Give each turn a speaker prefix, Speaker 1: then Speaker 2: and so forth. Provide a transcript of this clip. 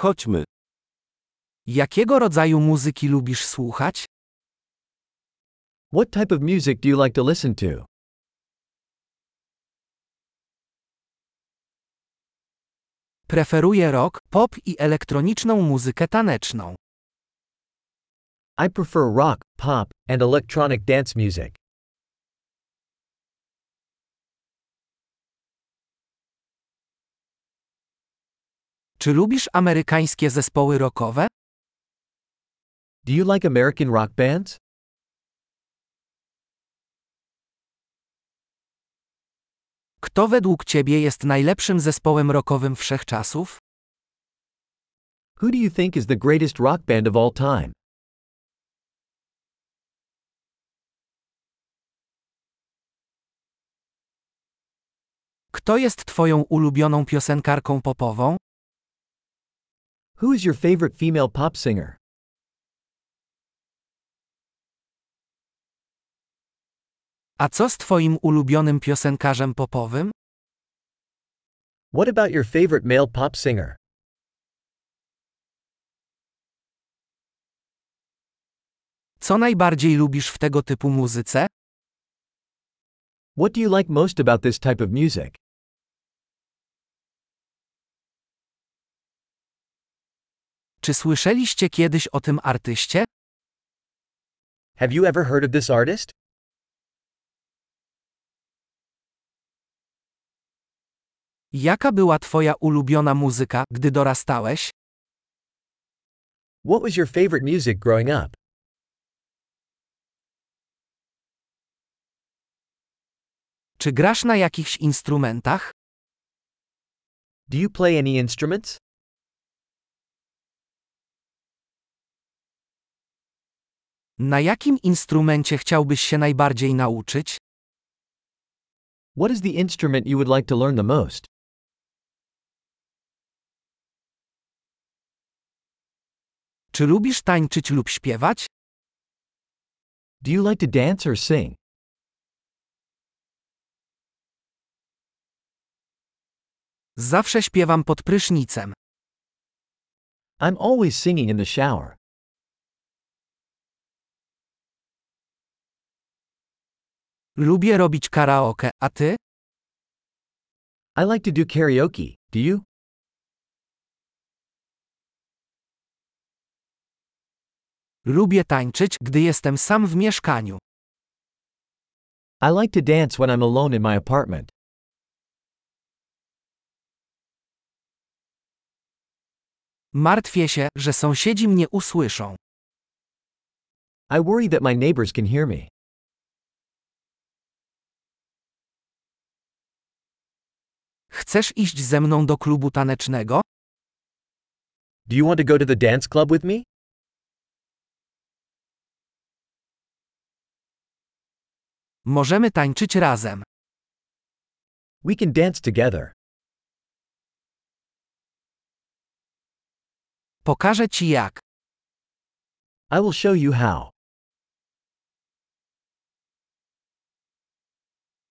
Speaker 1: Chodźmy. Jakiego rodzaju muzyki lubisz słuchać?
Speaker 2: What type of music do you like to listen to?
Speaker 1: Preferuję rock, pop i elektroniczną muzykę taneczną.
Speaker 2: I prefer rock, pop, and electronic dance music.
Speaker 1: Czy lubisz amerykańskie zespoły rockowe?
Speaker 2: Do you like American rock bands?
Speaker 1: Kto według ciebie jest najlepszym zespołem rockowym wszechczasów?
Speaker 2: Who do you think is the greatest rock band of all time?
Speaker 1: Kto jest twoją ulubioną piosenkarką popową?
Speaker 2: Who is your favorite female pop singer?
Speaker 1: A co z twoim ulubionym piosenkarzem popowym?
Speaker 2: What about your favorite male pop singer?
Speaker 1: Co najbardziej lubisz w tego typu muzyce?
Speaker 2: What do you like most about this type of music?
Speaker 1: Czy słyszeliście kiedyś o tym artyście?
Speaker 2: Have you ever heard of this artist?
Speaker 1: Jaka była twoja ulubiona muzyka, gdy dorastałeś?
Speaker 2: What was your favorite music growing up?
Speaker 1: Czy grasz na jakichś instrumentach?
Speaker 2: Do you play any instruments?
Speaker 1: Na jakim instrumencie chciałbyś się najbardziej nauczyć?
Speaker 2: What is the instrument you would like to learn the most?
Speaker 1: Czy lubisz tańczyć lub śpiewać?
Speaker 2: Do you like to dance or sing?
Speaker 1: Zawsze śpiewam pod prysznicem.
Speaker 2: I'm always singing in the shower.
Speaker 1: Lubię robić karaoke, a ty?
Speaker 2: I like to do karaoke, do you?
Speaker 1: Lubię tańczyć, gdy jestem sam w mieszkaniu.
Speaker 2: I like to dance when I'm alone in my apartment.
Speaker 1: Martwię się, że sąsiedzi mnie usłyszą.
Speaker 2: I worry that my neighbors can hear me.
Speaker 1: Chcesz iść ze mną do klubu tanecznego?
Speaker 2: Do you want to go to the dance club with me?
Speaker 1: Możemy tańczyć razem.
Speaker 2: We can dance together.
Speaker 1: Pokażę ci jak.
Speaker 2: I will show you how.